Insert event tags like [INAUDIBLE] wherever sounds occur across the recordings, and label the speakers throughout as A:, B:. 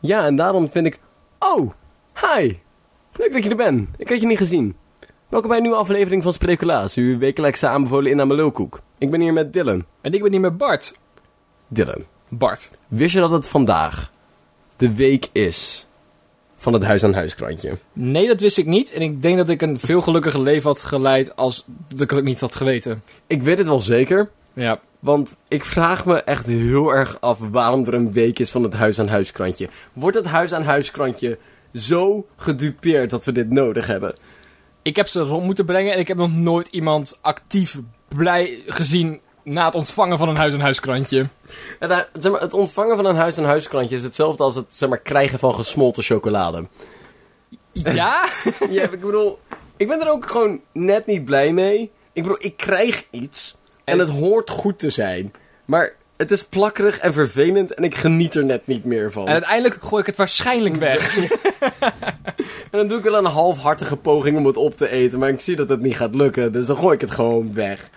A: Ja, en daarom vind ik... Oh, hi. Leuk dat je er bent. Ik had je niet gezien. Welkom bij een nieuwe aflevering van Sprekulaas, uw wekelijkse aanbevolen inname lulkoek. Ik ben hier met Dylan.
B: En ik ben hier met Bart.
A: Dylan,
B: Bart.
A: wist je dat het vandaag de week is van het huis-aan-huiskrantje?
B: Nee, dat wist ik niet. En ik denk dat ik een veel gelukkiger leven had geleid als dat ik het niet had geweten.
A: Ik weet het wel zeker,
B: Ja.
A: want ik vraag me echt heel erg af waarom er een week is van het huis-aan-huiskrantje. Wordt het huis-aan-huiskrantje zo gedupeerd dat we dit nodig hebben?
B: Ik heb ze rond moeten brengen en ik heb nog nooit iemand actief blij gezien na het ontvangen van een huis-aan-huiskrantje.
A: Het, hu- zeg maar, het ontvangen van een huis-aan-huis krantje is hetzelfde als het zeg maar, krijgen van gesmolten chocolade.
B: Ja?
A: [LAUGHS] Ja, ik bedoel, ik ben er ook gewoon net niet blij mee. Ik bedoel, ik krijg iets en het hoort goed te zijn. Maar het is plakkerig en vervelend en ik geniet er net niet meer van.
B: en
A: En,
B: uiteindelijk gooi ik het waarschijnlijk weg.
A: dan doe ik wel een halfhartige poging om het op te eten, maar ik zie dat het niet gaat lukken. Dus dan gooi ik het gewoon weg. En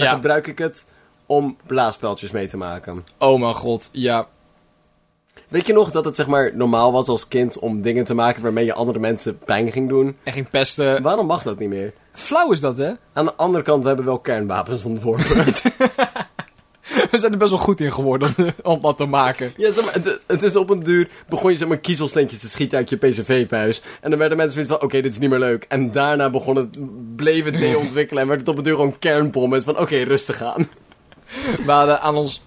A: dan
B: Ja.
A: gebruik ik het om blaaspeltjes mee te maken.
B: Oh mijn god, ja.
A: Weet je nog dat het zeg maar normaal was als kind om dingen te maken waarmee je andere mensen pijn ging doen?
B: En ging pesten.
A: Waarom mag dat niet meer?
B: Flauw is dat, hè? [LAUGHS]
A: Aan de andere kant, we hebben wel kernwapens ontworpen. [LAUGHS]
B: We zijn er best wel goed in geworden om dat te maken.
A: ja, zeg maar, het, het is op een duur begon je zeg maar kiezelsteentjes te schieten uit je PCV-buis. En dan werden mensen weer van, oké, dit is niet meer leuk. En daarna begon het, bleef [LAUGHS] het mee ontwikkelen en werd het op een duur gewoon kernbommen. Van, oké, rustig aan.
B: We hadden aan ons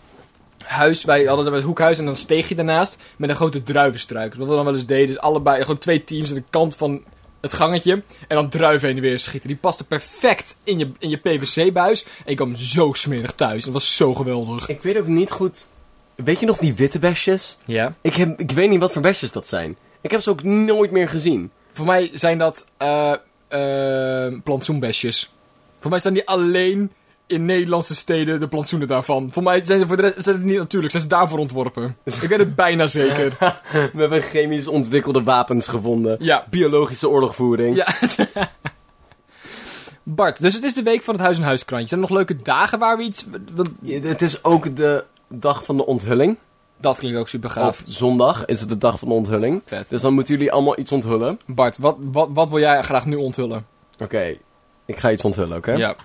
B: huis, wij hadden het hoekhuis en dan steeg je daarnaast met een grote druivenstruik. Wat we dan wel eens deden, is allebei gewoon twee teams aan de kant van het gangetje en dan druiven heen en weer schieten. Die paste perfect in je, in je PVC-buis en ik kwam zo smerig thuis. Dat was zo geweldig.
A: Ik weet ook niet goed, weet je nog die witte besjes?
B: Ja.
A: Ik, heb, ik weet niet wat voor besjes dat zijn. Ik heb ze ook nooit meer [LAUGHS] gezien.
B: Voor mij zijn dat eh eh, plantsoenbesjes. Voor mij staan die alleen in Nederlandse steden, de plantsoenen daarvan. Voor mij zijn ze voor de rest zijn ze niet natuurlijk, zijn ze daarvoor ontworpen. Ik weet het bijna zeker.
A: We hebben chemisch ontwikkelde wapens gevonden.
B: Ja.
A: Biologische oorlogvoering.
B: Ja. [LAUGHS] Bart, dus het is de week van het huis- en huiskrantje. Zijn er nog leuke dagen waar we iets... want
A: Ja, Het is ook de dag van de onthulling.
B: Dat klinkt ook super gaaf.
A: Op zondag is het de dag van de onthulling.
B: Vet.
A: Dus dan moeten jullie allemaal iets onthullen.
B: Bart, wat, wat, wat wil jij graag nu onthullen?
A: Oké, ik ga iets onthullen, oké?
B: Ja.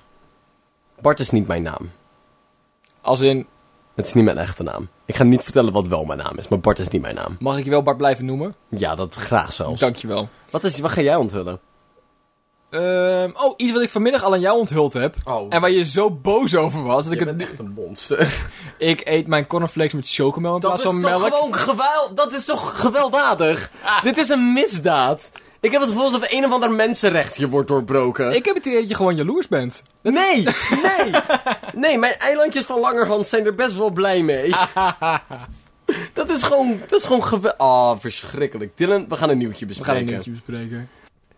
A: Bart is niet mijn naam.
B: Als in,
A: Het is niet mijn echte naam. Ik ga niet vertellen wat wel mijn naam is, maar Bart is niet mijn naam.
B: mag ik je wel Bart blijven noemen?
A: Ja, dat graag zelfs.
B: Dankjewel.
A: Wat, is, wat ga jij onthullen?
B: Ehm oh, iets wat ik vanmiddag al aan jou onthuld heb.
A: Oh,
B: En waar je zo boos over was. Dat ik,
A: ik
B: het,
A: ben [LAUGHS] echt een monster.
B: ik eet mijn cornflakes met chocomel in plaats van melk. Ah.
A: geweld... Dat is toch gewelddadig? Dit is een misdaad. Ik heb het gevoel alsof een of ander mensenrecht hier wordt doorbroken.
B: Ik heb het idee dat je gewoon jaloers bent.
A: Nee, nee.
B: [LAUGHS]
A: Nee, mijn eilandjes van Langerhans zijn er best wel blij
B: [LAUGHS]
A: mee. Dat is gewoon, dat is gewoon gewe- Oh, verschrikkelijk. Dylan, we gaan een nieuwtje
B: We gaan
A: bespreken.
B: een nieuwtje bespreken.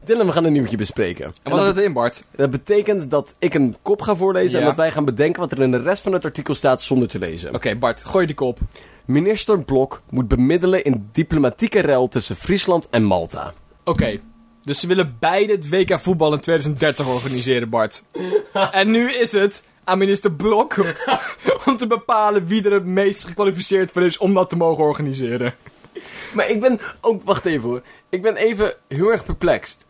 A: Dylan, we gaan een nieuwtje bespreken. En
B: En wat
A: dat,
B: had het in, Bart?
A: dat betekent dat ik een kop ga voorlezen en
B: Ja.
A: dat wij gaan bedenken wat er in de rest van het artikel staat zonder te lezen.
B: Oké, Bart, gooi die kop.
A: Minister Blok moet bemiddelen in diplomatieke ruil tussen Friesland en Malta.
B: Oké, dus ze willen beide het WK voetbal in 2030 organiseren, [LAUGHS] Bart. en nu is het aan minister Blok [LAUGHS] om te bepalen wie er het meest gekwalificeerd voor is om dat te mogen organiseren.
A: Maar ik ben ook, wacht even hoor. Ik ben even heel erg perplexed.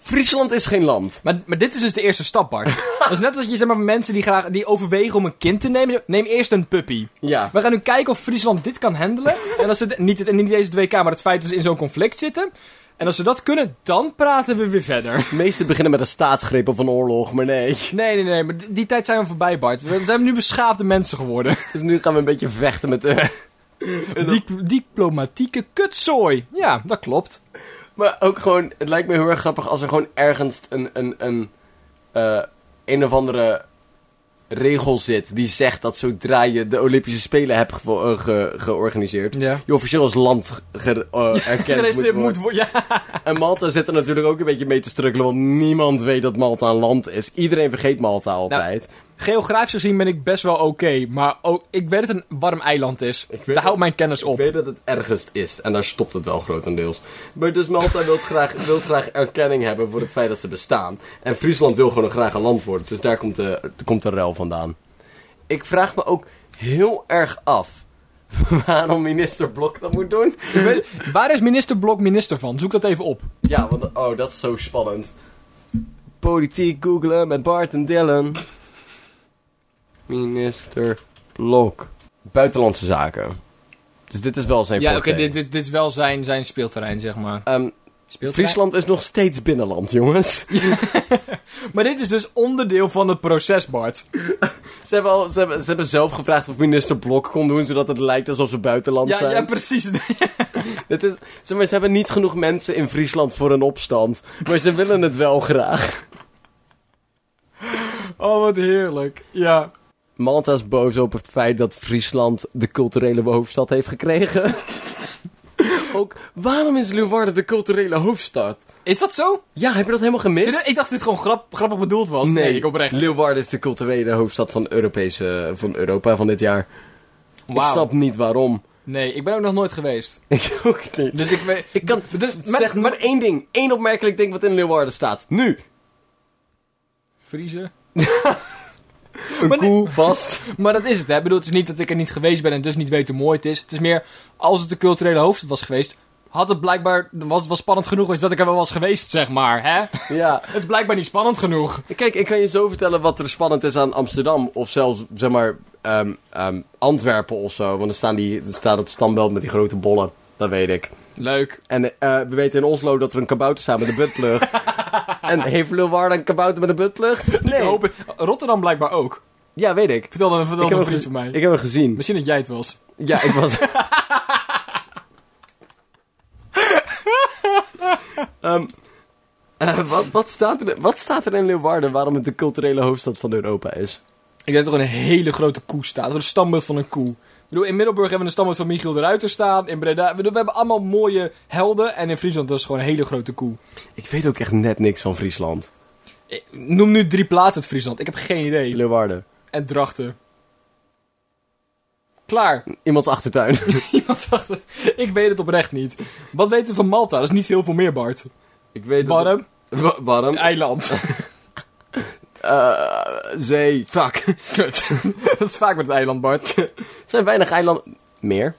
A: Friesland is geen land.
B: Maar, maar dit is dus de eerste stap, [LAUGHS] Bart. Dat is net als je zeg maar, mensen die, graag, die overwegen om een kind te nemen. Neem eerst een puppy.
A: Ja.
B: We gaan nu kijken of Friesland dit kan handelen. En als ze de- niet, het, en niet deze 2K, maar het feit dat ze in zo'n conflict zitten. En als ze dat kunnen, dan praten we weer verder.
A: De meesten beginnen met een staatsgreep of een oorlog, maar nee. [LAUGHS]
B: Nee, nee, nee, maar die- die tijd zijn we voorbij, Bart. We zijn nu beschaafde mensen geworden.
A: Dus nu gaan we een beetje vechten met eh, de...
B: Diep- diplomatieke kutzooi. Ja, dat
A: [LAUGHS]
B: klopt.
A: Maar ook gewoon, het lijkt me heel erg grappig als er gewoon ergens een, een, een, eh, een of andere regel zit die zegt dat zodra je de Olympische Spelen hebt gevo- eh, ge- georganiseerd,
B: Ja.
A: je officieel als land ge- eh, erkend moet
B: Geregistreerd
A: worden.
B: moet worden. Ja.
A: En Malta zit er natuurlijk ook een beetje mee te strukkelen, want niemand weet dat Malta een land is. Iedereen vergeet Malta altijd.
B: Geografisch gezien ben ik best wel oké. maar ook, ik weet dat het een warm eiland is.
A: weet
B: Daar
A: het.
B: houdt mijn kennis op.
A: Ik weet dat het ergens is en daar stopt het wel grotendeels. Maar dus Malta wil graag, wil graag erkenning hebben voor het feit dat ze bestaan. En Friesland wil gewoon graag een land worden, dus daar komt de, komt de ruil vandaan. Ik vraag me ook heel erg af [LAUGHS] waarom minister Blok dat moet doen.
B: Ik weet- Waar is minister Blok minister van? Zoek dat even op.
A: Ja, want oh, dat is zo spannend. Politiek googlen met Bart en Dylan. Minister Blok. Buitenlandse zaken. Dus dit is wel zijn
B: Ja, oké,
A: forte.
B: dit, dit, dit is wel zijn, zijn speelterrein, zeg maar.
A: Ehm,
B: Speelterrein?
A: Friesland is nog steeds binnenland, [LAUGHS] jongens.
B: Maar dit is dus onderdeel van het proces, Bart.
A: Ze hebben, al, ze, hebben, ze hebben zelf gevraagd of minister Blok kon doen, zodat het lijkt alsof ze buitenland
B: Ja,
A: zijn.
B: ja, precies. [LAUGHS]
A: Dit is, zeg maar, ze hebben niet genoeg mensen in Friesland voor een opstand. Maar ze willen het wel graag.
B: Oh, wat heerlijk. Ja.
A: Malta is boos op het feit dat Friesland de culturele hoofdstad heeft gekregen. [LAUGHS] Ook, waarom is Leeuwarden de culturele hoofdstad?
B: Is dat zo?
A: Ja, heb je dat helemaal gemist?
B: Serieus? Ik dacht dat dit gewoon grap, grappig bedoeld was. Nee, ik oprecht.
A: Leeuwarden is de culturele hoofdstad van, Europese, van Europa van dit jaar. Ik
B: Wauw.
A: snap niet waarom. [LAUGHS]
B: Nee, ik ben ook nog nooit geweest.
A: Ik ook niet.
B: Dus ik weet...
A: Ik kan
B: Dus met-
A: zeg maar één ding. één opmerkelijk ding wat in Leeuwarden staat. Nu.
B: Vriezen.
A: Een
B: Maar nee-
A: [LAUGHS] koe vast.
B: [LAUGHS] Maar dat is het, hè. Ik bedoel, het is niet dat ik er niet geweest ben en dus niet weet hoe mooi het is. Het is meer, als het de culturele hoofdstad was geweest... Had het blijkbaar... Was het wel spannend genoeg geweest dat ik er wel was geweest, zeg maar, hè? [LAUGHS]
A: Ja.
B: Het is blijkbaar niet spannend genoeg.
A: Kijk, ik kan je zo vertellen wat er spannend is aan Amsterdam. Of zelfs, zeg maar, ehm, ehm, Antwerpen of zo. Want er, staan die, er staat het standbeeld met die grote bollen. Dat weet ik.
B: Leuk.
A: En eh, we weten in Oslo dat er een kabouter staat met een
B: [LAUGHS]
A: buttplug. en heeft Leeuwarden een kabouter met een buttplug?
B: Ik hoop het- Rotterdam blijkbaar ook.
A: Ja, weet ik.
B: Vertel dan vertel
A: Ik heb,
B: dan een
A: hem gez-
B: vriend van mij.
A: ik heb hem gezien.
B: Misschien dat jij het was.
A: Ja, ik
B: [LAUGHS]
A: was... Ehm, eh, wat, wat, staat er, wat staat er in Leeuwarden waarom het de culturele hoofdstad van Europa is?
B: Ik denk dat er een hele grote koe staat. Een standbeeld van een koe. Ik bedoel, in Middelburg hebben we een standbeeld van Michiel de Ruiter staan. In Breda. ik bedoel, we hebben allemaal mooie helden. En in Friesland is het gewoon een hele grote koe.
A: Ik weet ook echt net niks van Friesland.
B: Eh, Noem nu drie plaatsen uit Friesland. Ik heb geen idee.
A: Leeuwarden.
B: En drachten.
A: [LAUGHS]
B: Klaar.
A: Iemands achtertuin.
B: Iemand dacht. Ik weet het oprecht niet. Wat weten we van Malta? Dat is niet veel voor meer, Bart.
A: ik weet
B: Warm.
A: Wa- warm.
B: Eiland.
A: Eh, zee. Fuck.
B: [LAUGHS] Kut. [LAUGHS] Dat is vaak met het eiland, Bart.
A: Er zijn weinig eilanden. Meer.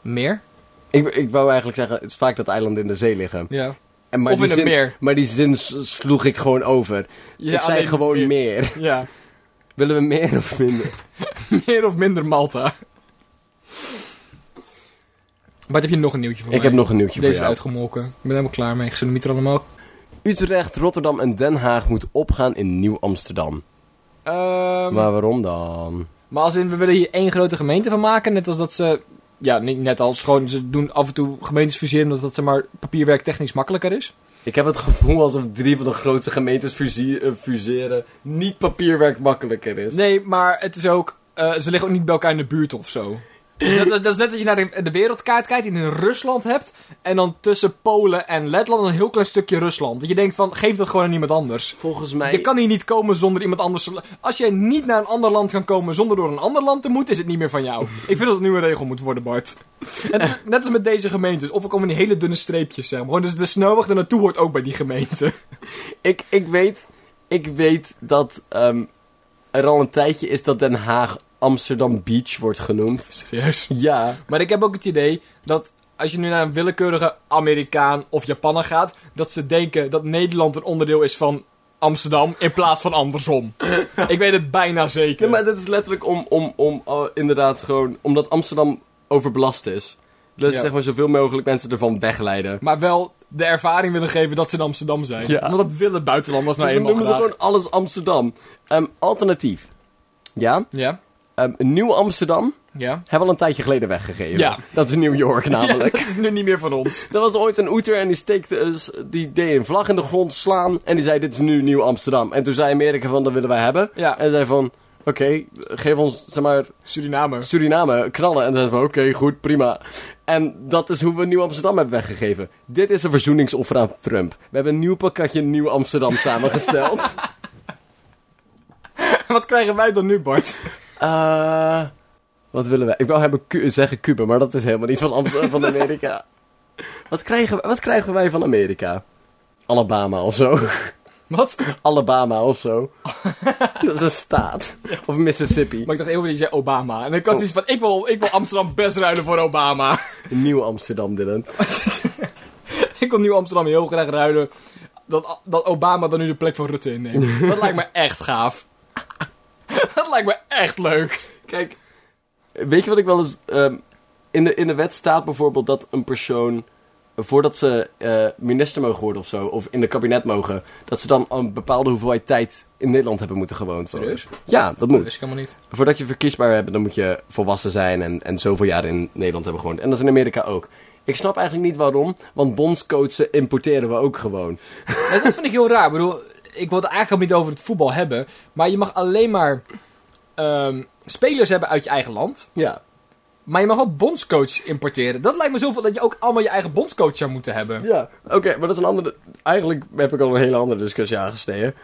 B: Meer?
A: Ik, ik wou eigenlijk zeggen, het is vaak dat eilanden in de zee liggen.
B: Ja.
A: En maar
B: Of
A: die
B: in het
A: zin-
B: meer.
A: Maar die zin s- sloeg ik gewoon over.
B: Ja,
A: ik zei
B: alleen
A: gewoon
B: meer.
A: meer.
B: Ja.
A: Willen we meer of minder?
B: Meer of minder Malta. Bart, heb je nog een nieuwtje voor
A: Ik
B: mij?
A: heb nog een nieuwtje
B: Deze is
A: voor jou.
B: uitgemolken. Ik ben helemaal klaar mee. Ik zet hem hier allemaal.
A: Utrecht, Rotterdam en Den Haag moeten opgaan in Nieuw-Amsterdam.
B: Ehm, maar...
A: Maar waarom dan?
B: als in, we willen hier één grote gemeente van maken. Net als dat ze... Ja, niet net als. Gewoon, ze doen af en toe gemeentes fuseren omdat dat zeg maar papierwerk technisch makkelijker is.
A: Ik heb het gevoel alsof drie van de grootste gemeentes fusie- eh, fuseren niet papierwerk makkelijker is.
B: Nee, maar het is ook... eh, ze liggen ook niet bij elkaar in de buurt of zo. Dus dat, dat is net als je naar de, de wereldkaart kijkt en in Rusland hebt. En dan tussen Polen en Letland een heel klein stukje Rusland. Dat je denkt van, geef dat gewoon aan iemand anders.
A: Volgens mij...
B: Je kan hier niet komen zonder iemand anders. te- Als jij niet naar een ander land kan komen zonder door een ander land te moeten, is het niet meer van jou. Ik vind dat het nu een regel moet worden, Bart. En dat- net als met deze gemeentes. Of we komen in die hele dunne streepjes, zeg maar. Gewoon, Dus de snelweg er naartoe hoort ook bij die gemeente.
A: Ik, ik, weet, ik weet dat ehm, er al een tijdje is dat Den Haag Amsterdam Beach wordt genoemd.
B: Serieus?
A: Ja.
B: Maar ik heb ook het idee dat als je nu naar een willekeurige Amerikaan of Japanner gaat, dat ze denken dat Nederland een onderdeel is van Amsterdam in plaats van andersom. ik weet het bijna zeker.
A: Nee, maar dat is letterlijk om, om, om eh, inderdaad gewoon... Omdat Amsterdam overbelast is. Dus
B: Ja.
A: zeg maar zoveel mogelijk mensen ervan wegleiden.
B: Maar wel de ervaring willen geven dat ze in Amsterdam zijn.
A: Ja.
B: Want dat willen buitenlanders nou
A: dus dan
B: eenmaal
A: noemen ze
B: graag.
A: gewoon alles Amsterdam. Ehm, alternatief. Ja?
B: Ja,
A: Ehm, Nieuw Amsterdam
B: ja.
A: hebben we al een tijdje geleden weggegeven.
B: Ja.
A: Dat is New
B: [LAUGHS]
A: York
B: Ja,
A: namelijk.
B: dat is nu niet meer van ons.
A: Er was ooit een oeter en die, steekte, eens- die deed een vlag in de grond slaan. En die zei, dit is nu Nieuw Amsterdam. En toen zei Amerika van, dat willen wij hebben.
B: Ja.
A: En zei van, oké, geef ons, zeg maar,
B: Suriname. [LAUGHS]
A: Suriname knallen. En zei van, oké, goed, prima. En dat is hoe we Nieuw Amsterdam hebben weggegeven. Dit is een verzoeningsoffer aan Trump. We hebben een nieuw pakketje Nieuw Amsterdam
B: [LAUGHS]
A: samengesteld.
B: Wat krijgen wij dan nu, Bart? [LAUGHS]
A: Eh, wat willen wij? Ik wou hebben Cu- zeggen Cuba, maar dat is helemaal niet van, [LAUGHS] Amsterdam, van [LAUGHS] Amerika. Wat krijgen, we- wat krijgen wij van Amerika? Alabama of zo.
B: Wat?
A: Alabama of [LAUGHS] zo. dat is een staat. Of Mississippi.
B: Maar ik dacht even dat je zei Obama. En ik
A: Oh.
B: had iets van, ik wil, ik wil Amsterdam best ruilen voor Obama. [LAUGHS]
A: Nieuw Amsterdam, Dylan.
B: ik wil Nieuw Amsterdam heel graag ruilen. Dat, dat Obama dan nu de plek van Rutte
A: [LAUGHS]
B: inneemt. dat lijkt me echt gaaf. [LAUGHS] dat lijkt me echt leuk.
A: Kijk, weet je wat ik wel eens... ehm, in, de, in de wet staat bijvoorbeeld dat een persoon... Voordat ze eh, minister mogen worden of zo, of in het kabinet mogen... dat ze dan een bepaalde hoeveelheid tijd in Nederland hebben moeten gewoond.
B: Serieus?
A: Ja, dat
B: Dat
A: moet.
B: wist ik helemaal niet.
A: Voordat je verkiesbaar hebt, dan moet je volwassen zijn en, en zoveel jaren in Nederland hebben gewoond. En dat is in Amerika ook. Ik snap eigenlijk niet waarom, want bondscoachen importeren we ook gewoon.
B: Ja, dat vind ik heel raar. Ik bedoel, ik wil het eigenlijk helemaal niet over het voetbal hebben. Maar je mag alleen maar ehm, spelers hebben uit je eigen land.
A: Ja.
B: Maar je mag wel bondscoach importeren. Dat lijkt me zoveel dat je ook allemaal je eigen bondscoach zou moeten hebben.
A: Ja. Oké, maar dat is een andere... Eigenlijk heb ik al een hele andere discussie aangesneden.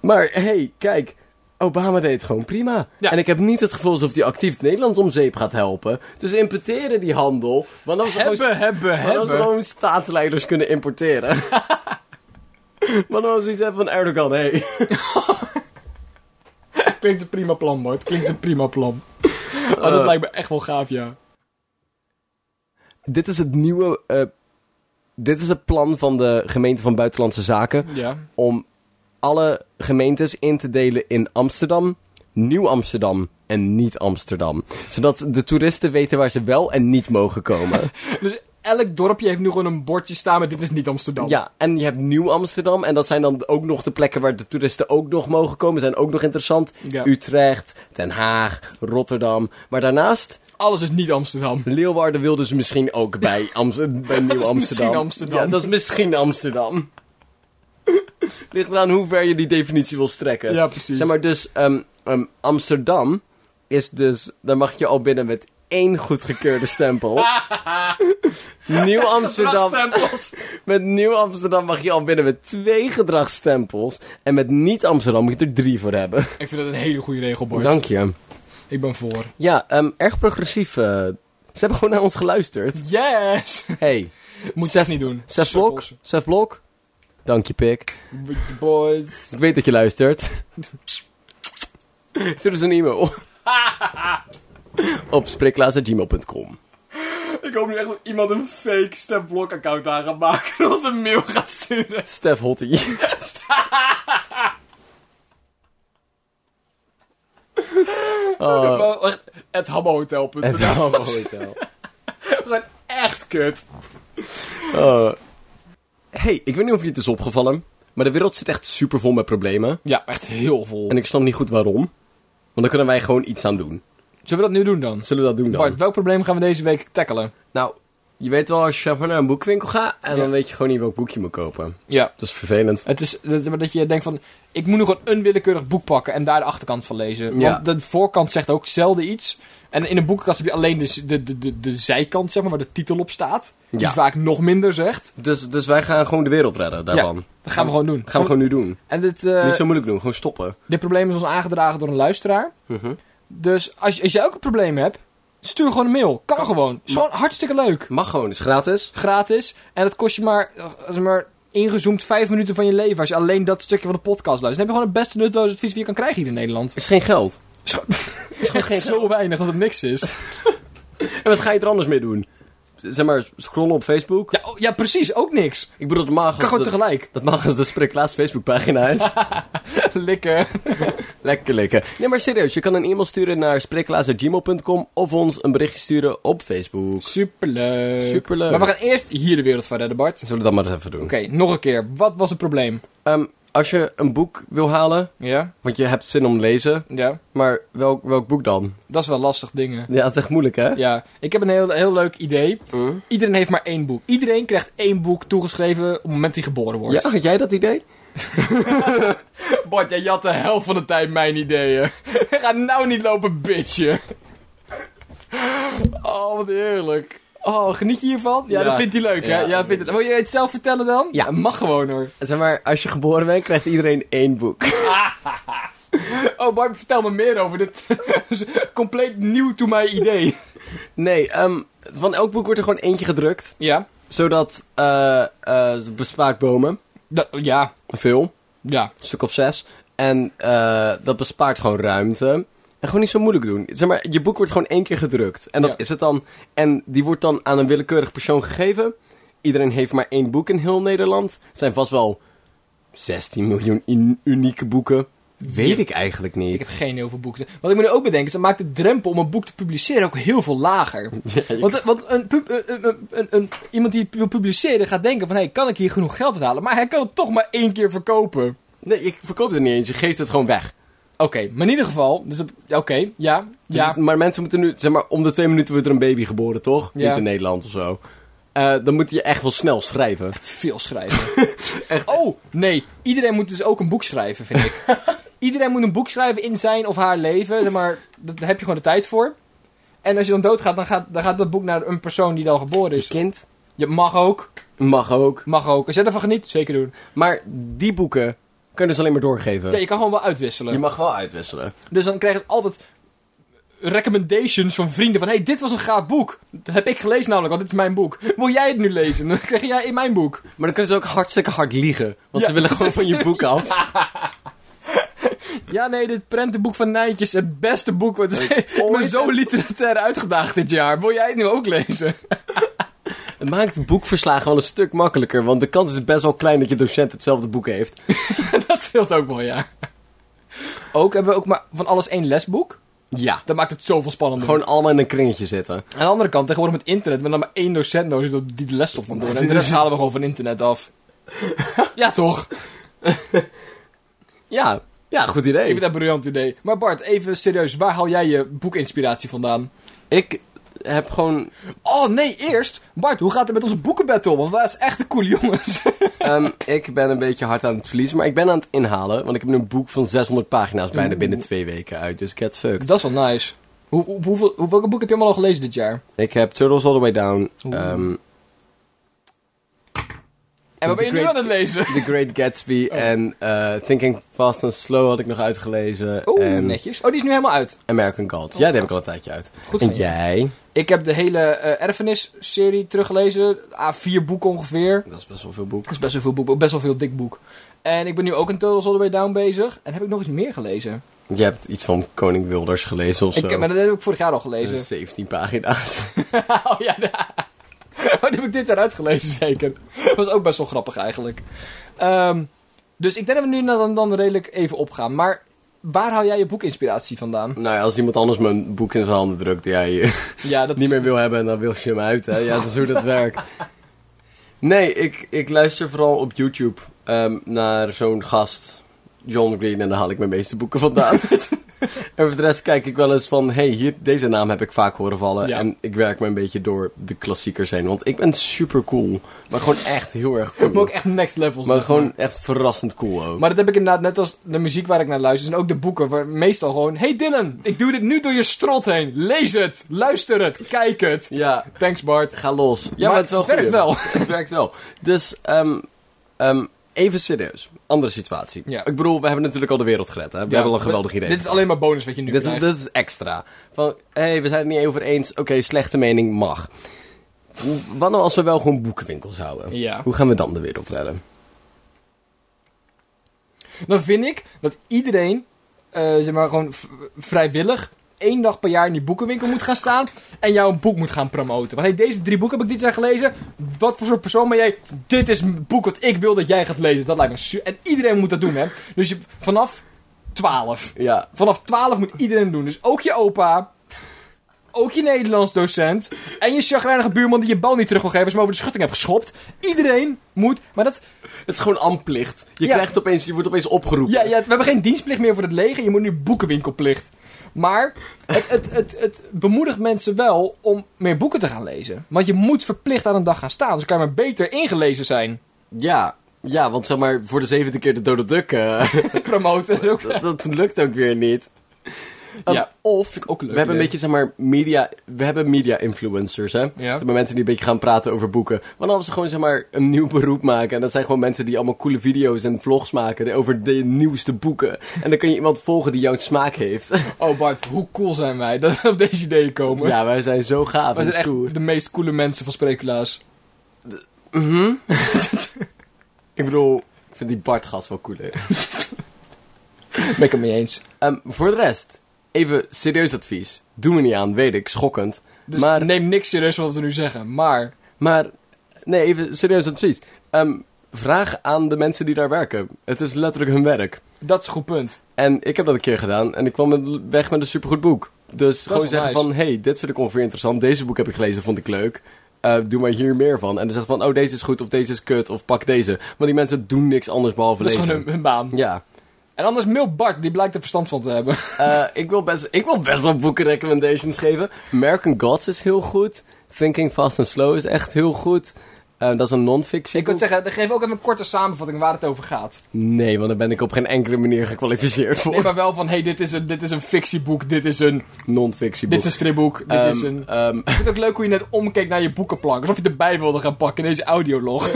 A: Maar hey, kijk. Obama deed het gewoon prima.
B: Ja.
A: En ik heb niet het gevoel alsof hij actief het Nederlands om zeep gaat helpen. Dus importeren die handel. Want dan was er gewoon
B: Hebben, hebben,
A: Maar als we
B: hebben.
A: gewoon staatsleiders kunnen
B: [LAUGHS]
A: importeren. maar dan was iets hebben van Erdogan, hé. Hey.
B: Klinkt een prima plan, Bart. Klinkt een prima
A: [LAUGHS]
B: plan. Maar
A: Eh.
B: dat lijkt me echt wel gaaf, ja.
A: Dit is het nieuwe. eh, dit is het plan van de gemeente van Buitenlandse Zaken.
B: Ja.
A: Om alle gemeentes in te delen in Amsterdam, Nieuw Amsterdam en Niet Amsterdam. Zodat de toeristen weten waar ze wel en niet mogen
B: [LAUGHS]
A: komen.
B: Dus elk dorpje heeft nu gewoon een bordje staan met dit is niet Amsterdam.
A: ja, en je hebt Nieuw Amsterdam. En dat zijn dan ook nog de plekken waar de toeristen ook nog mogen komen. Zijn ook nog interessant.
B: Ja.
A: Utrecht, Den Haag, Rotterdam. Maar daarnaast.
B: Alles is niet Amsterdam.
A: Leeuwarden wil dus misschien ook
B: [LAUGHS]
A: bij, Amsterdam, bij Nieuw
B: is
A: Amsterdam.
B: misschien Amsterdam.
A: Ja, dat is misschien Amsterdam. [LAUGHS] Ligt eraan hoe ver je die definitie wil strekken.
B: Ja, precies.
A: Zeg maar dus, ehm, ehm, Amsterdam is dus, daar mag je al binnen met één goedgekeurde
B: [LAUGHS]
A: stempel. Nieuw Amsterdam,
B: Gedragsstempels.
A: [LAUGHS] met Nieuw Amsterdam mag je al binnen met twee gedragsstempels. En met niet Amsterdam moet je er drie voor hebben.
B: Ik vind dat een hele goede regel, Bart.
A: Dank je.
B: Ik ben voor.
A: Ja, ehm, erg progressief. eh. ze hebben gewoon naar ons geluisterd.
B: Yes! [LAUGHS]
A: Hey.
B: Moet je echt niet doen.
A: Seth Blok,
B: Sukkels.
A: Seth Blok, dank je pik.
B: With the boys.
A: Ik weet dat je luistert. [LAUGHS] Stuur ons een e-mail. [LAUGHS] Op spreeklaas.gmail.com
B: Ik hoop nu echt dat iemand een fake Stemblok account aan gaat maken en ons een mail gaat sturen.
A: Stef Hottie. [LAUGHS] Oh,
B: Wel echt, Het hammohotel.nl.
A: [LAUGHS] het Alamo Hotel.
B: [LAUGHS] Gewoon echt kut.
A: Oh. Hey, ik weet niet of je het is opgevallen, maar de wereld zit echt super vol met problemen.
B: Ja, echt heel vol.
A: En ik snap niet goed waarom. Want daar kunnen wij gewoon iets aan doen.
B: Zullen we dat nu doen dan?
A: Zullen we dat doen dan?
B: Bart, welk probleem gaan we deze week tackelen?
A: Nou, je weet wel als je zeg maar, naar een boekwinkel gaat en
B: Ja.
A: dan weet je gewoon niet welk boek je moet kopen.
B: Ja.
A: Dat is vervelend.
B: Het is dat, dat je denkt van, ik moet nu gewoon een willekeurig boek pakken en daar de achterkant van lezen.
A: Ja.
B: Want de voorkant zegt ook zelden iets. En in een boekenkast heb je alleen de, de, de, de, de zijkant, zeg maar, waar de titel op staat. Die
A: Ja.
B: vaak nog minder zegt.
A: Dus, dus wij gaan gewoon de wereld redden daarvan.
B: Dat gaan we gewoon doen.
A: Dat gaan we gewoon nu doen.
B: En dit, eh,
A: Niet zo moeilijk doen, gewoon stoppen.
B: dit probleem is ons aangedragen door een luisteraar.
A: Mhm.
B: Dus als, je- als jij ook een probleem hebt, stuur gewoon een mail. Kan, gewoon. Is gewoon hartstikke leuk.
A: Mag gewoon, is gratis.
B: Gratis. En het kost je maar, eh, zeg maar ingezoomd vijf minuten van je leven als je alleen dat stukje van de podcast luistert. Dan heb je gewoon het beste nutteloze advies die je kan krijgen hier in Nederland.
A: Is geen geld.
B: Zo-
A: [LAUGHS] Is gewoon geen geld.
B: zo weinig dat het niks is.
A: En wat ga je er anders mee doen? Zeg maar, scrollen op Facebook.
B: Ja, oh, ja precies. Ook niks.
A: Ik bedoel, dat mag
B: Kan
A: als
B: gewoon
A: de,
B: [LAUGHS] tegelijk.
A: dat mag als de Spreeklaas Facebookpagina [LAUGHS] is.
B: Likken.
A: Lekker likken. Nee, maar serieus, je kan een e-mail sturen naar spreeklaas.gmail.com of ons een berichtje sturen op Facebook.
B: Superleuk.
A: Superleuk.
B: Maar we gaan eerst hier de wereld van redden, Bart. Oké,
A: Zullen we dat maar eens even doen?
B: nog een keer. Wat was het probleem?
A: Ehm, als je een boek wil halen,
B: Ja?
A: want je hebt zin om lezen,
B: Ja.
A: maar welk, welk boek dan?
B: Dat is wel lastig dingen.
A: Ja, het is echt moeilijk, hè?
B: Ja, ik heb een heel, heel leuk idee. Iedereen heeft maar één boek. Iedereen krijgt één boek toegeschreven op het moment dat hij geboren
A: Ja,
B: wordt.
A: had jij dat idee?
B: [LAUGHS] Bart, jij jat de helft van de tijd mijn ideeën. [LAUGHS] Ga nou niet lopen, bitchen. [LAUGHS] Oh, wat heerlijk. Oh, geniet je hiervan? Ja,
A: Ja.
B: dat vindt hij leuk, hè?
A: Ja.
B: Ja, vindt het... Wil je het zelf vertellen dan?
A: Ja.
B: Mag gewoon, hoor.
A: Zeg maar, als je geboren bent, krijgt iedereen één boek.
B: Oh, Bart, vertel me meer over dit. [LAUGHS] is Compleet nieuw to mijn idee.
A: Nee, ehm, van elk boek wordt er gewoon eentje gedrukt.
B: Ja.
A: Zodat, eh eh, bespaak bomen.
B: Dat, ja.
A: Veel.
B: Ja.
A: een stuk of zes. En eh, dat bespaart gewoon ruimte. En gewoon niet zo moeilijk doen. Zeg maar, je boek wordt gewoon één keer gedrukt. En dat
B: Ja.
A: is het dan. En die wordt dan aan een willekeurig persoon gegeven. Iedereen heeft maar één boek in heel Nederland. Er zijn vast wel 16 miljoen in- unieke boeken. Weet ik eigenlijk
B: Ik
A: niet.
B: heb geen heel veel boeken. Wat ik me nu ook bedenk is, dat maakt de drempel om een boek te publiceren ook heel veel lager. Want, want een, pub- eh, eh, een, een, een- iemand die het wil publiceren gaat denken van... Hey, kan ik hier genoeg geld uit halen? Maar hij kan het toch maar één keer verkopen.
A: Nee, ik verkoop het niet eens. Je geeft het gewoon weg.
B: Oké, maar in ieder geval... Dus, dat- ja, Oké, ja, ja.
A: Dus- maar mensen moeten nu, zeg maar, om de twee minuten wordt er een baby geboren, toch?
B: Ja.
A: Niet in Nederland of zo. Eh, dan moet je echt wel snel schrijven.
B: Echt veel schrijven. Oh, nee. Iedereen moet dus ook een boek schrijven, vind ik. Iedereen moet een boek schrijven in zijn of haar leven. Zeg maar, dat- daar heb je gewoon de tijd voor. En als je dan doodgaat, dan gaat, dan gaat dat boek naar een persoon die dan geboren
A: Je
B: is.
A: kind
B: Je mag ook.
A: mag ook.
B: Mag ook. Als jij ervan geniet, zeker doen.
A: Maar die boeken kun je dus alleen maar doorgeven.
B: Ja, je kan gewoon wel
A: Je
B: uitwisselen.
A: mag wel uitwisselen.
B: Dus dan krijg je altijd recommendations van vrienden van... hey, dit was een gaaf boek. Dat heb ik gelezen namelijk, want dit is mijn boek. [LAUGHS] Wil jij het nu lezen? Dan krijg jij in mijn boek.
A: Maar dan kunnen ze ook hartstikke hard liegen. Want
B: Ja.
A: ze willen gewoon van je boek af.
B: [LAUGHS] Ja, nee, dit prentenboek van Nijntjes, het beste boek wat [LAUGHS] is maar zo literair uitgedaagd dit jaar. Wil jij het nu ook lezen? [LAUGHS]
A: Het maakt boekverslagen wel een stuk makkelijker. Want de kans is best wel klein dat je docent hetzelfde boek heeft.
B: dat scheelt ook wel, ja. Ook hebben we ook maar van alles één lesboek.
A: Ja.
B: Dat maakt het zoveel spannender.
A: Gewoon allemaal in een kringetje zitten.
B: Aan de andere kant, tegenwoordig met internet, we hebben dan maar één docent nodig dat- die de lesstof kan doen. En de rest halen we gewoon van internet [LAUGHS] af. ja, toch?
A: Ja. Ja, goed
B: Ik vind
A: idee.
B: dat een briljant idee. Maar Bart, even serieus, waar haal jij je boekinspiratie vandaan?
A: Ik heb gewoon...
B: Oh nee, eerst, Bart, hoe gaat het met onze boekenbattle? Want wij zijn echt de coole jongens.
A: ehm, ik ben een beetje hard aan het verliezen. Maar ik ben aan het inhalen. Want ik heb nu een boek van 600 pagina's bijna binnen twee weken uit. Dus get fucked.
B: [LAUGHS] Dat is wel nice. Hoe, hoe, hoeveel, hoe- welke boek heb je allemaal al gelezen dit jaar?
A: Ik heb Turtles All The Way Down.
B: Oeh.
A: ehm,
B: En wat ben je nu
A: Great-
B: aan het lezen?
A: The Great Gatsby.
B: Oh.
A: En eh, Thinking Fast and Slow had ik nog uitgelezen.
B: [LAUGHS] Oeh,
A: en...
B: netjes. Oh, die is nu helemaal uit.
A: American Gods.
B: Oh,
A: ja, die heb ik
B: gaaf.
A: al een tijdje uit.
B: Goed
A: en
B: van je.
A: jij?
B: Ik heb de hele eh, Erfenis-serie teruggelezen. A4 boeken ongeveer.
A: Dat is best wel veel boek.
B: Dat is best wel veel boek, best wel veel dik boek. En ik ben nu ook in Turtles All The Way Down bezig. En heb ik nog iets meer gelezen?
A: Je hebt iets van Koning Wilders gelezen of zo. Dus-
B: Ik, maar dat heb ik vorig jaar al
A: Dat
B: gelezen.
A: is 17 pagina's.
B: [LAUGHS]
A: [LAUGHS]
B: oh ja, da- [LAUGHS] oh, die heb ik dit jaar uitgelezen zeker. Dat was ook best wel grappig eigenlijk. Ehm, dus ik denk dat we nu dan, dan redelijk even opgaan. Maar waar haal jij je boekinspiratie vandaan?
A: nou ja, als iemand anders mijn boek in zijn handen drukt die jij eh,
B: Ja, dat
A: niet meer wil hebben, dan wil je hem uit. Hè? Ja, dat is hoe dat werkt. Nee, ik, ik luister vooral op YouTube ehm, naar zo'n gast, John Green, en daar haal ik mijn meeste boeken
B: [LAUGHS]
A: vandaan. en voor de rest kijk ik wel eens van, hey, hier, deze naam heb ik vaak horen vallen.
B: Ja.
A: En ik werk me een beetje door de klassiekers heen, want ik ben super cool. Maar gewoon echt heel erg cool.
B: Maar ook echt next level.
A: Maar
B: zeg
A: gewoon echt verrassend cool ook.
B: Maar dat heb ik inderdaad net als de muziek waar ik naar luister. En ook de boeken waar meestal gewoon... Hey Dylan, ik doe dit nu door je strot heen. Lees het, luister het, kijk het.
A: Ja,
B: Thanks Bart.
A: ga los. Ja, maar,
B: Maar
A: het, is wel
B: het werkt
A: goed.
B: wel.
A: [LAUGHS] het werkt wel. Dus, ehm, ehm, even serieus. Andere situatie.
B: Ja.
A: Ik bedoel, we hebben natuurlijk al de wereld gered, hè? We hebben al een geweldig idee.
B: Dit is alleen maar bonus wat je nu
A: Dit, is-
B: krijgt.
A: dit is extra. Van, hé, hey, we zijn het niet over eens. Oké, slechte mening mag. Wat nou als we wel gewoon boekenwinkels houden?
B: Ja.
A: Hoe gaan we dan de wereld redden?
B: Dan vind ik dat iedereen, eh, zeg maar gewoon v- vrijwillig... één dag per jaar in die boekenwinkel moet gaan staan... en jou een boek moet gaan promoten. Want hey, deze drie boeken heb ik dit jaar gelezen. Wat voor soort persoon ben jij? Dit is een boek wat ik wil dat jij gaat lezen. Dat lijkt me su- En iedereen moet dat doen, hè. Dus je, vanaf 12...
A: Ja.
B: Vanaf 12 moet iedereen doen. Dus ook je opa. Ook je Nederlands docent. En je chagrijnige buurman die je bal niet terug wil geven als je hem over de schutting hebt geschopt. Iedereen moet. Maar dat.
A: Het is gewoon amplicht. Je,
B: Ja.
A: krijgt opeens, je wordt opeens opgeroepen.
B: Ja, ja, we hebben geen dienstplicht meer voor het leger. Je moet nu boekenwinkelplicht. Maar het, het, het, het bemoedigt mensen wel om meer boeken te gaan lezen. Want je moet verplicht aan een dag gaan staan. Dus kan je maar beter ingelezen zijn.
A: ja. Ja, want zeg maar, voor de zevende keer de dode duk... eh,
B: Promoten.
A: [LAUGHS]
B: Ook.
A: dat, dat lukt ook weer niet. Um,
B: Ja.
A: Of,
B: ik ook een leuk
A: we hebben een beetje,
B: idee.
A: zeg maar, media... We hebben media-influencers, hè?
B: Ja.
A: Zeg maar, mensen die een beetje gaan praten over boeken. Maar dan als ze gewoon, zeg maar, een nieuw beroep maken... en dat zijn gewoon mensen die allemaal coole video's en vlogs maken... over de nieuwste boeken. En dan kun je iemand volgen die jouw smaak heeft.
B: Oh Bart, hoe cool zijn wij dat we op deze ideeën komen.
A: ja, wij zijn zo gaaf
B: wij
A: en
B: zijn
A: stoer.
B: echt de meest [LAUGHS] coole mensen van Sprekulaars.
A: Mhm. Ik bedoel, vind die Bart-gast wel cooler.
B: Ben ik het mee eens.
A: Ehm, voor de rest, even serieus advies. Doe me niet aan, weet ik, schokkend.
B: Dus
A: maar,
B: neem niks serieus van wat we nu zeggen. Maar
A: maar, nee, even serieus advies. Ehm, vraag aan de mensen die daar werken. Het is letterlijk hun werk.
B: dat is een goed punt.
A: En ik heb dat een keer gedaan en ik kwam met- weg met een supergoed boek. Dus gewoon
B: wel
A: zeggen
B: nice.
A: van, hey, dit vind ik ongeveer interessant. Deze boek heb ik gelezen, vond ik leuk. Eh, doe maar hier meer van. En dan zeggen van, oh, deze is goed of deze is kut of pak deze. Want die mensen doen niks anders behalve
B: Dat is
A: lezen.
B: gewoon hun, hun baan.
A: Ja.
B: En anders mail Bart, die blijkt er verstand van te hebben.
A: Eh, ik, wil best, ik wil best wel boeken recommendations geven. American Gods is heel goed. Thinking Fast and Slow is echt heel goed. Eh, dat is een non-fiction
B: Ik kan
A: boek.
B: zeggen, geef ook even een korte samenvatting waar het over gaat.
A: Nee, want daar ben ik op geen enkele manier gekwalificeerd voor.
B: Nee, maar wel van, hey, dit is een, dit is een fictieboek, dit is een,
A: Non-fiction
B: dit
A: boek.
B: is een stripboek, dit is
A: Ehm,
B: een...
A: ehm,
B: Ik vind het ook leuk hoe je net omkeek naar je boekenplank. Alsof je erbij wilde gaan pakken in deze audiolog.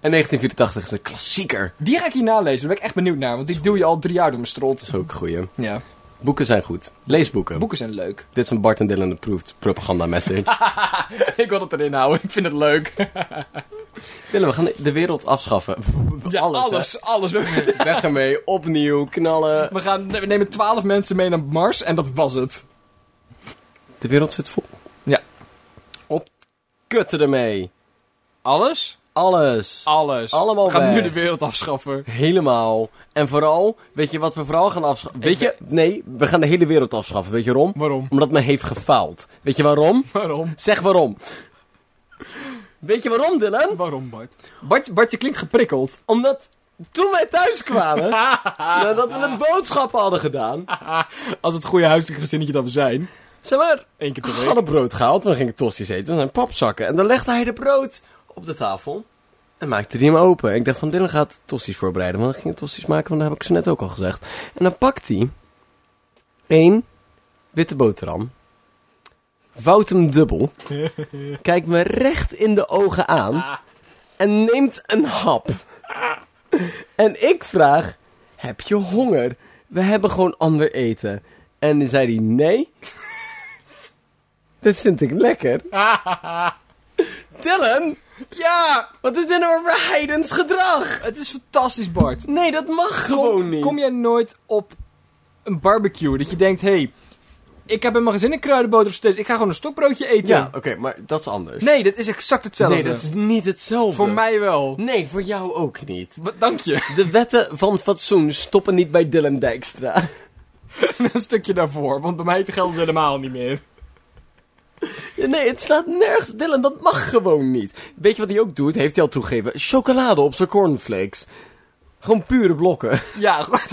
A: en 1984 is een klassieker.
B: [LAUGHS] Die ga ik hier nalezen, daar ben ik echt benieuwd naar. Want die doe je al drie jaar door mijn strot.
A: Dat is ook een goeie.
B: Ja.
A: Boeken zijn goed. Lees boeken.
B: Boeken zijn leuk.
A: Dit is een Bart en Dylan approved propaganda message.
B: [LAUGHS] ik wil het erin houden, ik vind het leuk.
A: Dylan, we gaan de wereld afschaffen.
B: Ja,
A: hè.
B: alles, alles. We,
A: Weg ermee, opnieuw, knallen.
B: we gaan, we nemen twaalf mensen mee naar Mars en dat was het.
A: De wereld zit vol.
B: Ja.
A: Op kutten ermee.
B: Alles?
A: Alles.
B: Alles.
A: Allemaal
B: we gaan
A: weg.
B: nu de wereld afschaffen.
A: Helemaal. En vooral, weet je wat we vooral gaan afschaffen? Weet je, nee, we gaan de hele wereld afschaffen. Weet je waarom?
B: Waarom?
A: Omdat men heeft gefaald. Weet je waarom?
B: Waarom?
A: Zeg waarom. Weet je waarom, Dylan?
B: Waarom, Bart? Bart, Bart je klinkt geprikkeld.
A: Omdat toen wij thuis [LAUGHS] kwamen, nadat we een boodschappen hadden gedaan,
B: Als het goede huiselijk gezinnetje dat we zijn.
A: zeg maar,
B: Eén keer per
A: we
B: week.
A: hadden brood gehaald, we gingen tosti's eten, dat zijn papzakken. En dan legde hij de brood op de tafel en maakte die hem open. En ik dacht van, Dylan gaat tosti's voorbereiden, want dan ging tosti's maken, want dat heb ik ze net ook al gezegd. En dan pakt hij één witte boterham, vouwt hem dubbel, kijkt me recht in de ogen aan en neemt een hap. En ik vraag, heb je honger? We hebben gewoon ander eten. En dan zei hij, nee, dit vind ik lekker. [LAUGHS] Dylan,
B: Ja!
A: wat is dit nou voor heidens gedrag?
B: Het is fantastisch, Bart.
A: Nee, dat mag gewoon
B: kom,
A: niet.
B: Kom jij nooit op een barbecue dat je denkt, hé, hey, ik heb in mijn gezin een kruidenboter of steeds, ik ga gewoon een stokbroodje eten.
A: Ja, oké, maar dat is anders.
B: Nee, dat is exact hetzelfde.
A: Nee, dat is niet hetzelfde.
B: Voor mij wel.
A: Nee, voor jou ook niet.
B: Wat- Dank je. [LAUGHS]
A: De wetten van fatsoen stoppen niet bij Dylan Dijkstra.
B: een stukje daarvoor, want bij mij gelden ze helemaal niet meer.
A: Nee, het slaat nergens. Dylan, dat mag gewoon niet. Weet je wat hij ook doet? Heeft hij al toegegeven. Chocolade op zijn cornflakes. Gewoon pure blokken.
B: [LAUGHS] Ja, goed.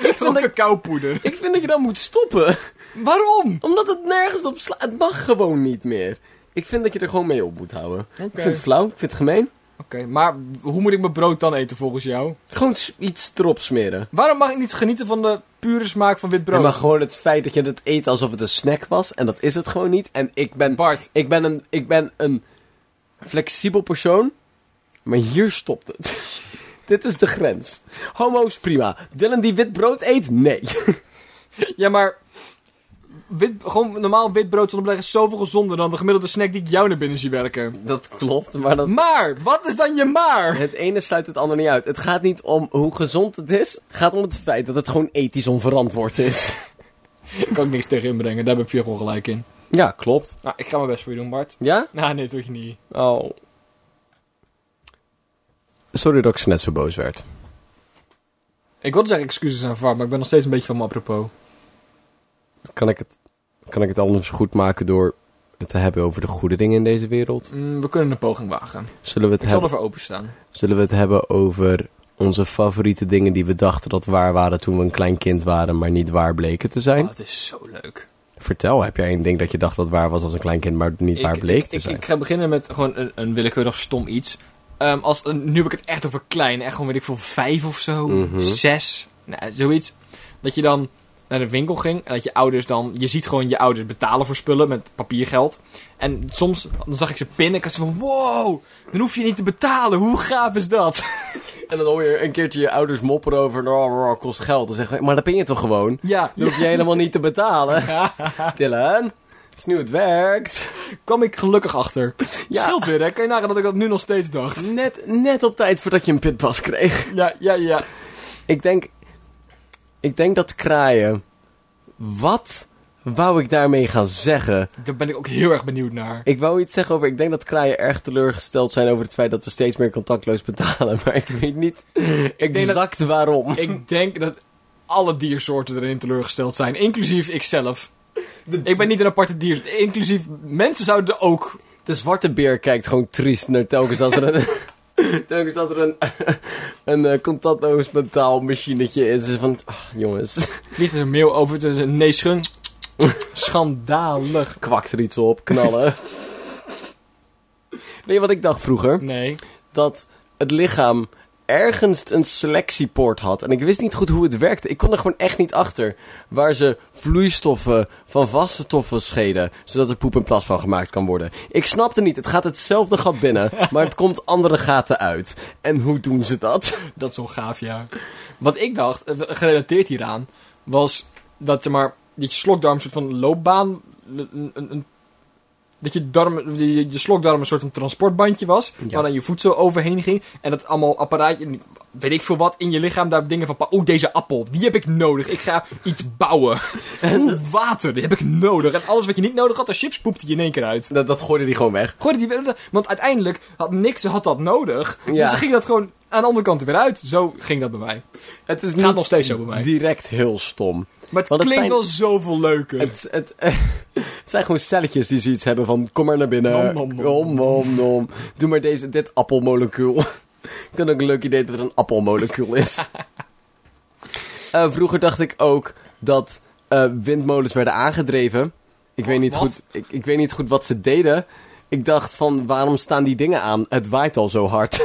A: vond
B: Ook
A: dat-
B: cacaopoeder.
A: Ik vind dat je dan moet stoppen.
B: Waarom?
A: Omdat het nergens op slaat. Het mag gewoon niet meer. Ik vind dat je er gewoon mee op moet houden. Ik vind het flauw, ik vind het gemeen.
B: Oké, maar hoe moet ik mijn brood dan eten volgens jou?
A: Gewoon s- iets erop smeren.
B: Waarom mag ik niet genieten van de pure smaak van wit brood?
A: Nee, maar gewoon het feit dat je het eet alsof het een snack was. En dat is het gewoon niet. En ik ben,
B: Bart.
A: ik ben, een, ik ben een flexibel persoon. Maar hier stopt het. [LAUGHS] Dit is de grens. Homo's, prima. Dylan die wit brood eet? Nee. [LAUGHS]
B: Ja, maar wit, gewoon normaal wit brood zonder beleg is zoveel gezonder dan de gemiddelde snack die ik jou naar binnen zie werken.
A: Dat klopt, maar dat...
B: Maar, wat is dan je maar?
A: Het ene sluit het andere niet uit. Het gaat niet om hoe gezond het is. Het gaat om het feit dat het gewoon ethisch onverantwoord is.
B: Ik kan ook niks tegen inbrengen, daar heb je gewoon gelijk in.
A: [LAUGHS] Ja, klopt.
B: Nou, ik ga mijn best voor je doen, Bart.
A: Ja?
B: Nou, nee, toch niet.
A: Oh. Sorry dat ik zo net zo boos werd.
B: Ik wilde zeggen excuses aan VAR, maar ik ben nog steeds een beetje van me apropos.
A: Kan ik het, kan ik het anders goed maken door het te hebben over de goede dingen in deze wereld?
B: Mm, we kunnen een poging wagen.
A: Zullen we het,
B: Ik zal
A: hebben,
B: ervoor openstaan.
A: zullen we het hebben over onze favoriete dingen die we dachten dat waar waren toen we een klein kind waren, maar niet waar bleken te zijn?
B: Oh, het is zo leuk.
A: Vertel, heb jij een ding dat je dacht dat waar was als een klein kind, maar niet waar
B: ik,
A: bleek
B: ik-
A: te
B: ik-
A: zijn?
B: Ik ga beginnen met gewoon een, een willekeurig stom iets. Ehm, als, een- nu heb ik het echt over klein. Echt gewoon, weet ik veel, vijf of zo.
A: Mhm.
B: Zes. Nou, zoiets. Dat je dan naar de winkel ging. En dat je ouders dan... Je ziet gewoon je ouders betalen voor spullen met papiergeld. En soms dan zag ik ze pinnen. Ik had ze van, wow. Dan hoef je niet te betalen. Hoe gaaf is dat? [LAUGHS]
A: En dan hoor je een keertje je ouders mopperen over, oh, oh, kost geld. Dan zeggen we, maar dat ben je toch gewoon?
B: [LAUGHS] ja.
A: Dan hoef je helemaal niet te betalen. Dylan, is nu het werkt.
B: kwam ik gelukkig achter.
A: Ja.
B: Scheelt weer, hè? Kan je nagaan dat ik dat nu nog steeds dacht?
A: Net, net op tijd voordat je een pitpas kreeg.
B: Ja, ja, ja.
A: Ik denk, ik denk dat kraaien. Wat wou ik daarmee gaan zeggen?
B: Daar ben ik ook heel erg benieuwd naar.
A: Ik wou iets zeggen over. Ik denk dat kraaien erg teleurgesteld zijn over het feit dat we steeds meer contactloos betalen. [LAUGHS] Maar ik weet niet exact waarom.
B: [LAUGHS] Ik denk dat alle diersoorten erin teleurgesteld zijn, inclusief ikzelf. Ik ben niet een aparte dier. Inclusief mensen zouden er ook.
A: De zwarte beer kijkt gewoon triest naar telkens als er een. telkens als er een. een eh, contactloos betaalmachinetje is. Is Van. ah, jongens. [LAUGHS]
B: Vliegt er een mail over tussen nee schun. Schandalig.
A: Kwakt er iets op, knallen. Weet je wat ik dacht vroeger?
B: Nee.
A: dat het lichaam ergens een selectiepoort had. En ik wist niet goed hoe het werkte. Ik kon er gewoon echt niet achter. Waar ze vloeistoffen van vaste stoffen schelen. Zodat er poep en plas van gemaakt kan worden. Ik snapte niet. Het gaat hetzelfde gat binnen. Maar het komt andere gaten uit. En hoe doen ze dat?
B: Dat is wel gaaf, ja. Wat ik dacht, eh, gerelateerd hieraan, was dat je maar. Dat je slokdarm een soort van loopbaan. Een, een, een- dat je, darm, je, je slokdarm een soort van transportbandje was.
A: Ja.
B: Waar dan je voedsel overheen ging. En dat allemaal apparaatje. Weet ik veel wat in je lichaam. Daar dingen van. pa- Oeh, deze appel. Die heb ik nodig. Ik ga iets bouwen. En water. Die heb ik nodig. En alles wat je niet nodig had. De chips poepte je in één keer uit.
A: Dat, dat gooide die gewoon weg.
B: Gooi die weer- Want uiteindelijk had niks had dat nodig.
A: Ja.
B: Dus ze ging dat gewoon aan de andere kant er weer uit. Zo ging dat bij mij.
A: Het is
B: Gaat nog steeds zo bij mij.
A: Direct heel stom.
B: Maar het
A: Want het
B: klinkt
A: zijn-
B: wel zoveel leuker.
A: Het, het, [LAUGHS] het zijn gewoon celletjes die zoiets hebben van... Kom maar naar binnen.
B: Nom, nom, nom.
A: Om, nom, nom. Doe maar deze, dit appelmolecuul. [LAUGHS] ik vind ook een leuk idee dat er een appelmolecuul is.
B: [LAUGHS]
A: Eh, vroeger dacht ik ook dat eh, windmolens werden aangedreven. Ik weet,
B: Wat,
A: niet
B: wat?
A: goed, ik, ik weet niet goed wat ze deden. Ik dacht van, waarom staan die dingen aan? Het waait al zo hard. [LAUGHS]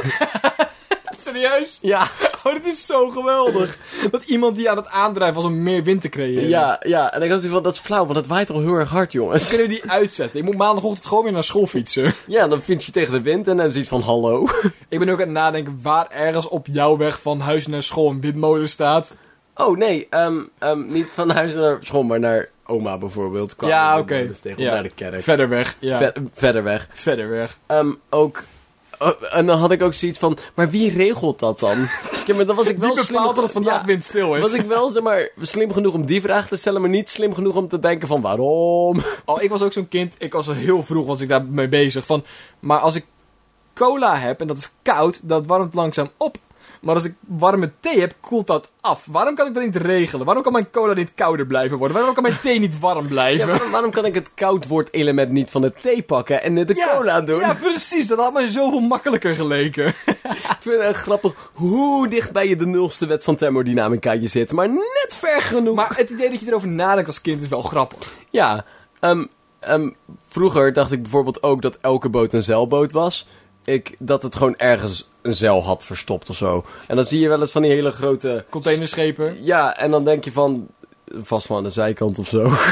B: Serieus?
A: ja,
B: Oh, dit is zo geweldig. dat iemand die aan het aandrijven was om meer wind te creëren.
A: ja, ja. En ik dacht van, dat is flauw, want het waait al heel erg hard, jongens.
B: Kunnen we die uitzetten? Ik moet maandagochtend gewoon weer naar school fietsen.
A: Ja, dan vind je tegen de wind en dan is iets van, hallo.
B: Ik ben ook aan het nadenken waar ergens op jouw weg van huis naar school een windmolen staat.
A: Oh nee, ehm, ehm, niet van huis naar school, maar naar oma bijvoorbeeld. kwamen
B: Ja,
A: we
B: oké.
A: Dus tegen
B: Ja.
A: naar de kerk.
B: Verder weg. Ja.
A: Ver- verder weg.
B: Verder weg.
A: Ehm, ook. oh, en dan had ik ook zoiets van, maar wie regelt dat
B: [LAUGHS]
A: dan? Kijk, maar dan was ik wel
B: Wie
A: slim.
B: bepaalt dat het vandaag
A: Ja,
B: windstil is?
A: Was ik wel zeg maar, slim genoeg om die vraag te stellen, maar niet slim genoeg om te denken van
B: [LAUGHS]
A: waarom?
B: Oh, ik was ook zo'n kind. Ik was al heel vroeg was ik daarmee bezig. Van, maar als ik cola heb en dat is koud, dat warmt langzaam op. Maar als ik warme thee heb, koelt dat af. Waarom kan ik dat niet regelen? Waarom kan mijn cola niet kouder blijven worden? Waarom kan mijn thee niet warm
A: Ja,
B: blijven?
A: waarom, waarom kan ik het koudwoord element niet van de thee pakken en in de
B: Ja,
A: cola doen?
B: Ja, precies. Dat had mij zoveel makkelijker geleken.
A: Ik vind het echt grappig hoe dichtbij je de nulste wet van thermodynamica je zit, maar net ver genoeg.
B: Maar het idee dat je erover nadenkt als kind is wel grappig.
A: Ja, ehm, ehm, vroeger dacht ik bijvoorbeeld ook dat elke boot een zeilboot was. Ik, dat het gewoon ergens een zeil had verstopt of zo. En dan zie je wel eens van die hele grote...
B: Containerschepen.
A: Ja, en dan denk je van... Vast wel aan de zijkant of zo. [LAUGHS]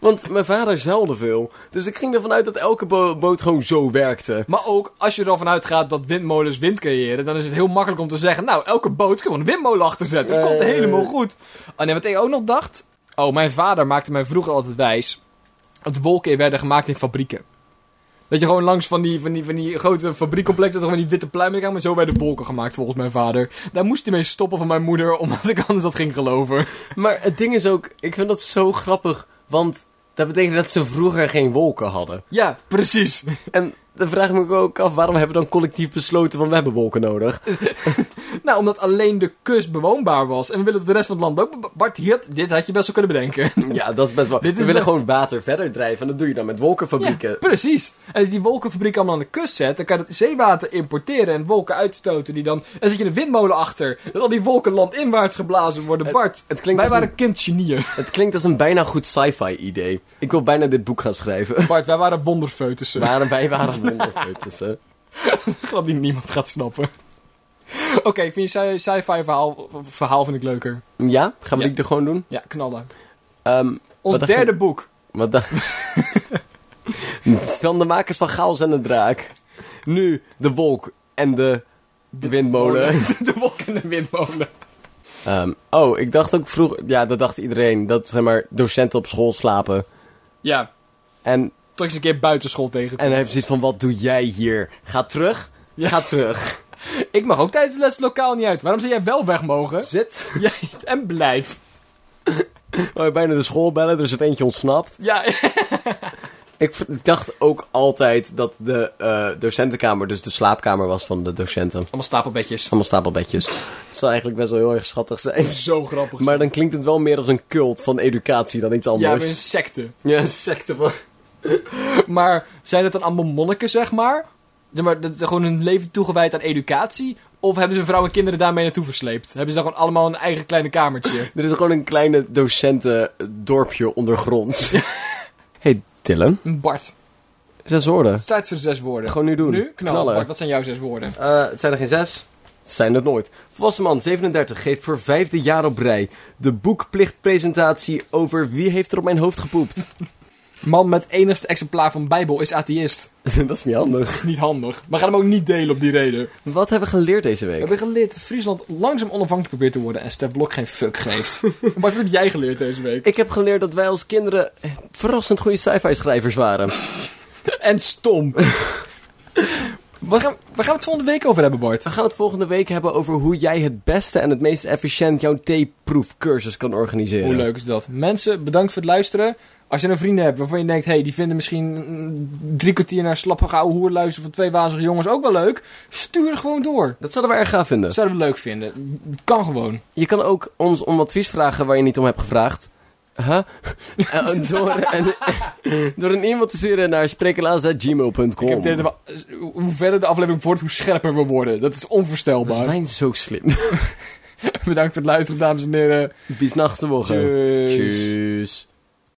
A: Want mijn vader zeilde veel. Dus ik ging ervan uit dat elke bo- boot gewoon zo werkte.
B: Maar ook als je er al van uitgaat dat windmolens wind creëren, dan is het heel makkelijk om te zeggen: Nou, elke boot kan gewoon een windmolen achterzetten. Dat komt
A: Eh.
B: helemaal goed. Oh nee, wat ik ook nog dacht. Oh, mijn vader maakte mij vroeger altijd wijs dat wolken werden gemaakt in fabrieken. Dat je gewoon langs van die, van die, van die grote fabriekcomplexen, toch van die witte pluimen kwam, maar zo werden wolken gemaakt volgens mijn vader. Daar moest hij mee stoppen van mijn moeder, [LAUGHS] omdat ik anders dat ging geloven.
A: Maar het ding is ook... Ik vind dat zo grappig. Want dat betekent dat ze vroeger geen wolken hadden.
B: Ja, precies.
A: En dan vraag ik me ook af... Waarom hebben we dan collectief besloten van... We hebben wolken nodig?
B: Nou, omdat alleen de kust bewoonbaar was en we willen dat de rest van het land ook. Bart, hier had- dit had je best wel kunnen
A: [LAUGHS]
B: bedenken.
A: Ja, dat is best wel.
B: Dit is
A: we willen
B: wel-
A: gewoon water verder drijven. En dat doe je dan met wolkenfabrieken.
B: Ja, precies. En als je die wolkenfabriek allemaal aan de kust zet, dan kan je dat zeewater importeren en wolken uitstoten die dan... En zet je een windmolen achter, dat al die wolken landinwaarts geblazen worden.
A: Het-
B: Bart,
A: het klinkt
B: wij
A: als
B: waren kindgenieën.
A: Het klinkt als een bijna goed sci-fi idee. Ik wil bijna dit boek gaan schrijven. [LAUGHS]
B: Bart, wij waren wonderfeutussen.
A: Waren wij waren wonderfeutussen.
B: Ik geloof die niemand gaat snappen. [LAUGHS] Oké, ik vind je sci- sci-fi verhaal, verhaal vind ik leuker.
A: Ja, gaan we
B: Ja.
A: die er gewoon doen?
B: Ja, knallen.
A: Ehm,
B: Ons
A: Wat dacht je-
B: derde boek.
A: wat dacht... [LAUGHS] van de makers van Chaos en de Draak. Nu de wolk en de [LAUGHS] windmolen.
B: Oh, De wolken en de windmolen.
A: Ehm, oh, ik dacht ook vroeger... Ja, dat dacht iedereen. Dat, zeg maar, docenten op school slapen.
B: Ja,
A: En,
B: toch eens een keer buitenschool tegenkomt.
A: en hij heeft zoiets van, wat doe jij hier? Ga terug, ga terug.
B: Ik mag ook tijdens de les het lokaal niet uit. Waarom zou jij wel weg
A: [LAUGHS]
B: mogen?
A: Zit.
B: Ja, [LAUGHS] en blijf.
A: Oh, bijna de school bellen, er is er eentje ontsnapt.
B: Ja,
A: Ik v- ik dacht ook altijd dat de eh, docentenkamer, dus de slaapkamer was van de docenten.
B: allemaal stapelbedjes.
A: Allemaal stapelbedjes. Het zou eigenlijk best wel heel erg schattig zijn. [LAUGHS]
B: Zo grappig.
A: Maar dan klinkt het wel meer als een cult van educatie dan iets
B: ja,
A: anders.
B: een secte.
A: Ja, een secte van...
B: Maar zijn dat dan allemaal monniken, zeg maar? Zeg maar, dat is gewoon hun leven toegewijd aan educatie? Of hebben ze vrouwen en kinderen daarmee naartoe versleept? Hebben ze dan gewoon allemaal een eigen kleine
A: [LAUGHS]
B: kamertje?
A: [LAUGHS] Er is gewoon een kleine docentendorpje ondergronds. [LAUGHS] hey Dylan,
B: Een Bart,
A: zes woorden.
B: het staat voor zes woorden.
A: Gewoon nu doen.
B: nu? Knallen. Bart, wat zijn jouw zes woorden?
A: Eh, het zijn er geen zes. Het zijn het nooit. Volwassen man, 37, geeft voor vijfde jaar op rij de boekplichtpresentatie over wie heeft er op mijn hoofd gepoept.
B: Man met enigste exemplaar van Bijbel is atheïst.
A: [LAUGHS] dat is niet handig.
B: Dat is niet handig. We gaan hem ook niet delen op die reden.
A: Wat hebben we geleerd deze
B: We
A: week?
B: hebben geleerd dat Friesland langzaam onafhankelijk probeert te worden en Stef Blok geen fuck
A: [LAUGHS]
B: geeft. Bart, wat heb jij geleerd deze week?
A: Ik heb geleerd dat wij als kinderen verrassend goede sci-fi schrijvers waren.
B: En stom. Waar gaan, waar gaan [LAUGHS] we het volgende week over hebben, Bart?
A: We gaan het volgende week hebben over hoe jij het beste en het meest efficiënt jouw theeproefcursus kan organiseren.
B: Hoe leuk is dat? Mensen, bedankt voor het luisteren. Als je nou vrienden hebt waarvan je denkt, hey, die vinden misschien mm, drie kwartier naar slappige ouwe hoer luisteren van twee wazige jongens ook wel leuk, stuur gewoon door.
A: Dat zouden we erg gaaf vinden.
B: Dat zouden we leuk vinden. Kan gewoon.
A: Je kan ook ons om advies vragen waar je niet om hebt gevraagd.
B: [LAUGHS]
A: Huh? Eh, door, een, door een [LAUGHS] e-mail te sturen naar
B: Ik heb
A: sprekelaars.gmail.com.
B: het idee dat we- hoe verder de aflevering wordt, hoe scherper we worden. Dat is
A: Dat is
B: [LAUGHS] onvoorstelbaar.
A: wijn zo slim. [LAUGHS]
B: Bedankt voor het luisteren, dames en heren.
A: Bies nachten
B: Tjus.
A: Tjus.